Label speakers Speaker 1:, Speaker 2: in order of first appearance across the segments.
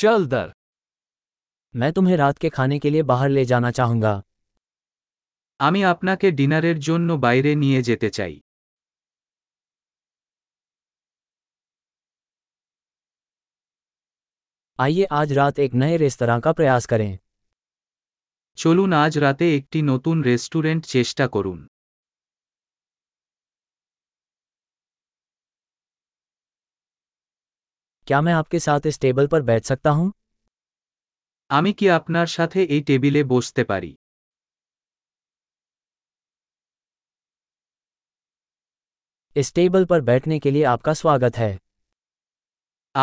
Speaker 1: चल दर
Speaker 2: मैं तुम्हें रात के खाने के लिए बाहर ले जाना चाहूंगा
Speaker 3: আমি আপনাকে ডিনারের জন্য বাইরে নিয়ে যেতে চাই
Speaker 2: आइए आज रात एक नए रेस्तरा का प्रयास करें
Speaker 3: চলুন আজ রাতে একটি নতুন রেস্টুরেন্ট চেষ্টা করুন
Speaker 2: क्या मैं आपके साथ इस टेबल पर बैठ सकता हूँ
Speaker 3: আমি কি আপনার সাথে এই টেবিলে বসতে পারি
Speaker 2: इस टेबल पर बैठने के लिए आपका स्वागत है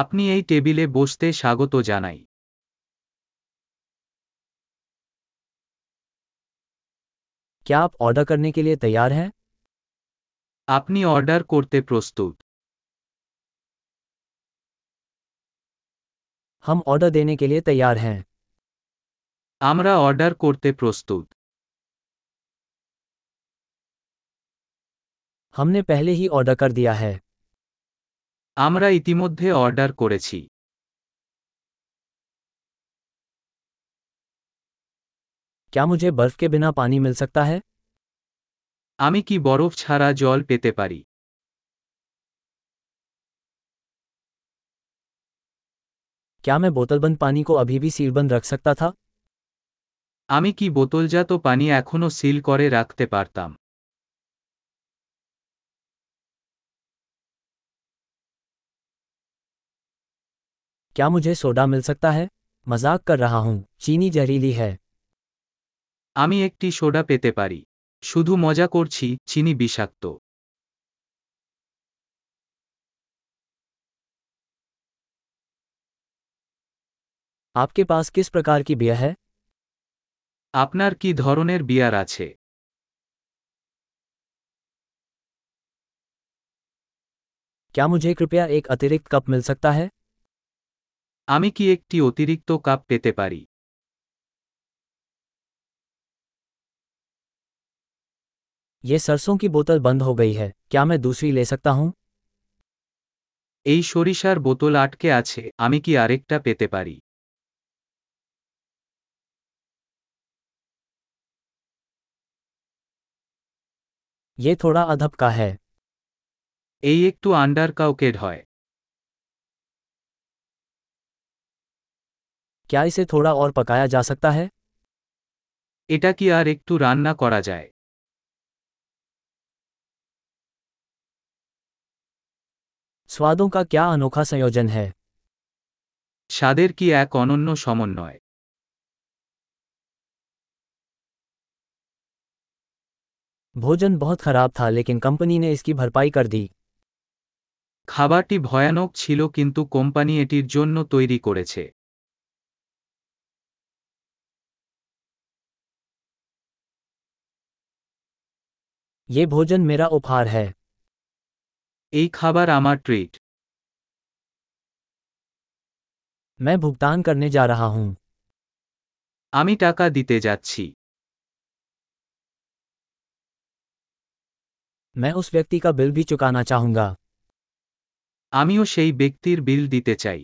Speaker 3: আপনি এই টেবিলে বসতে স্বাগত জানাই
Speaker 2: क्या आप ऑर्डर करने के लिए तैयार हैं
Speaker 3: আপনি অর্ডার করতে প্রস্তুত
Speaker 2: हम ऑर्डर देने के लिए तैयार हैं
Speaker 3: আমরা অর্ডার করতে প্রস্তুত
Speaker 2: हमने पहले ही ऑर्डर कर दिया है
Speaker 3: আমরা ইতিমধ্যে অর্ডার করেছি
Speaker 2: क्या मुझे बर्फ के बिना पानी मिल सकता है
Speaker 3: আমি কি বরফ ছাড়া জল পেতে পারি
Speaker 2: क्या मैं बोतलबंद पानी को अभी भी सीलबंद रख सकता था
Speaker 3: আমি কি বোতলজাত পানি এখনও সিল করে রাখতে পারতাম
Speaker 2: क्या मुझे सोडा मिल सकता है मजाक कर रहा हूँ चीनी जहरीली है
Speaker 3: আমি একটি সোডা পেতে পারি শুধু মজা করছি চিনি বিষাক্ত
Speaker 2: आपके पास किस प्रकार की बियर है
Speaker 3: আপনার কি ধরনের বিয়ার আছে
Speaker 2: क्या मुझे कृपया एक अतिरिक्त कप मिल सकता है
Speaker 3: আমি কি একটি অতিরিক্ত কাপ পেতে পারি
Speaker 2: ये सरसों की बोतल बंद हो गई है क्या मैं दूसरी ले सकता हूँ
Speaker 3: এই সরিষার বোতল আটকে আছে আমি কি আরেকটা পেতে পারি
Speaker 2: ये थोड़ा अधब का है
Speaker 3: এই একটু আন্ডার কাউকেড হয়
Speaker 2: क्या इसे थोड़ा और पकाया जा सकता है
Speaker 3: এটা কি আর একটু রান্না করা যায়
Speaker 2: स्वादों का क्या अनोखा संयोजन है
Speaker 3: স্বাদের কি এক অনন্য সমন্বয়
Speaker 2: भोजन बहुत खराब था लेकिन कंपनी ने इसकी भरपाई कर दी
Speaker 3: খাবারটি ভয়ানক ছিল কিন্তু কোম্পানি এটির জন্য তৈরি করেছে
Speaker 2: ये भोजन मेरा उपहार है
Speaker 3: এই খাবার আমার ট্রিট
Speaker 2: मैं भुगतान करने जा रहा हूँ
Speaker 3: আমি টাকা দিতে যাচ্ছি
Speaker 2: मैं उस व्यक्ति का बिल भी चुकाना चाहूँगा
Speaker 3: আমিও সেই ব্যক্তির বিল দিতে চাই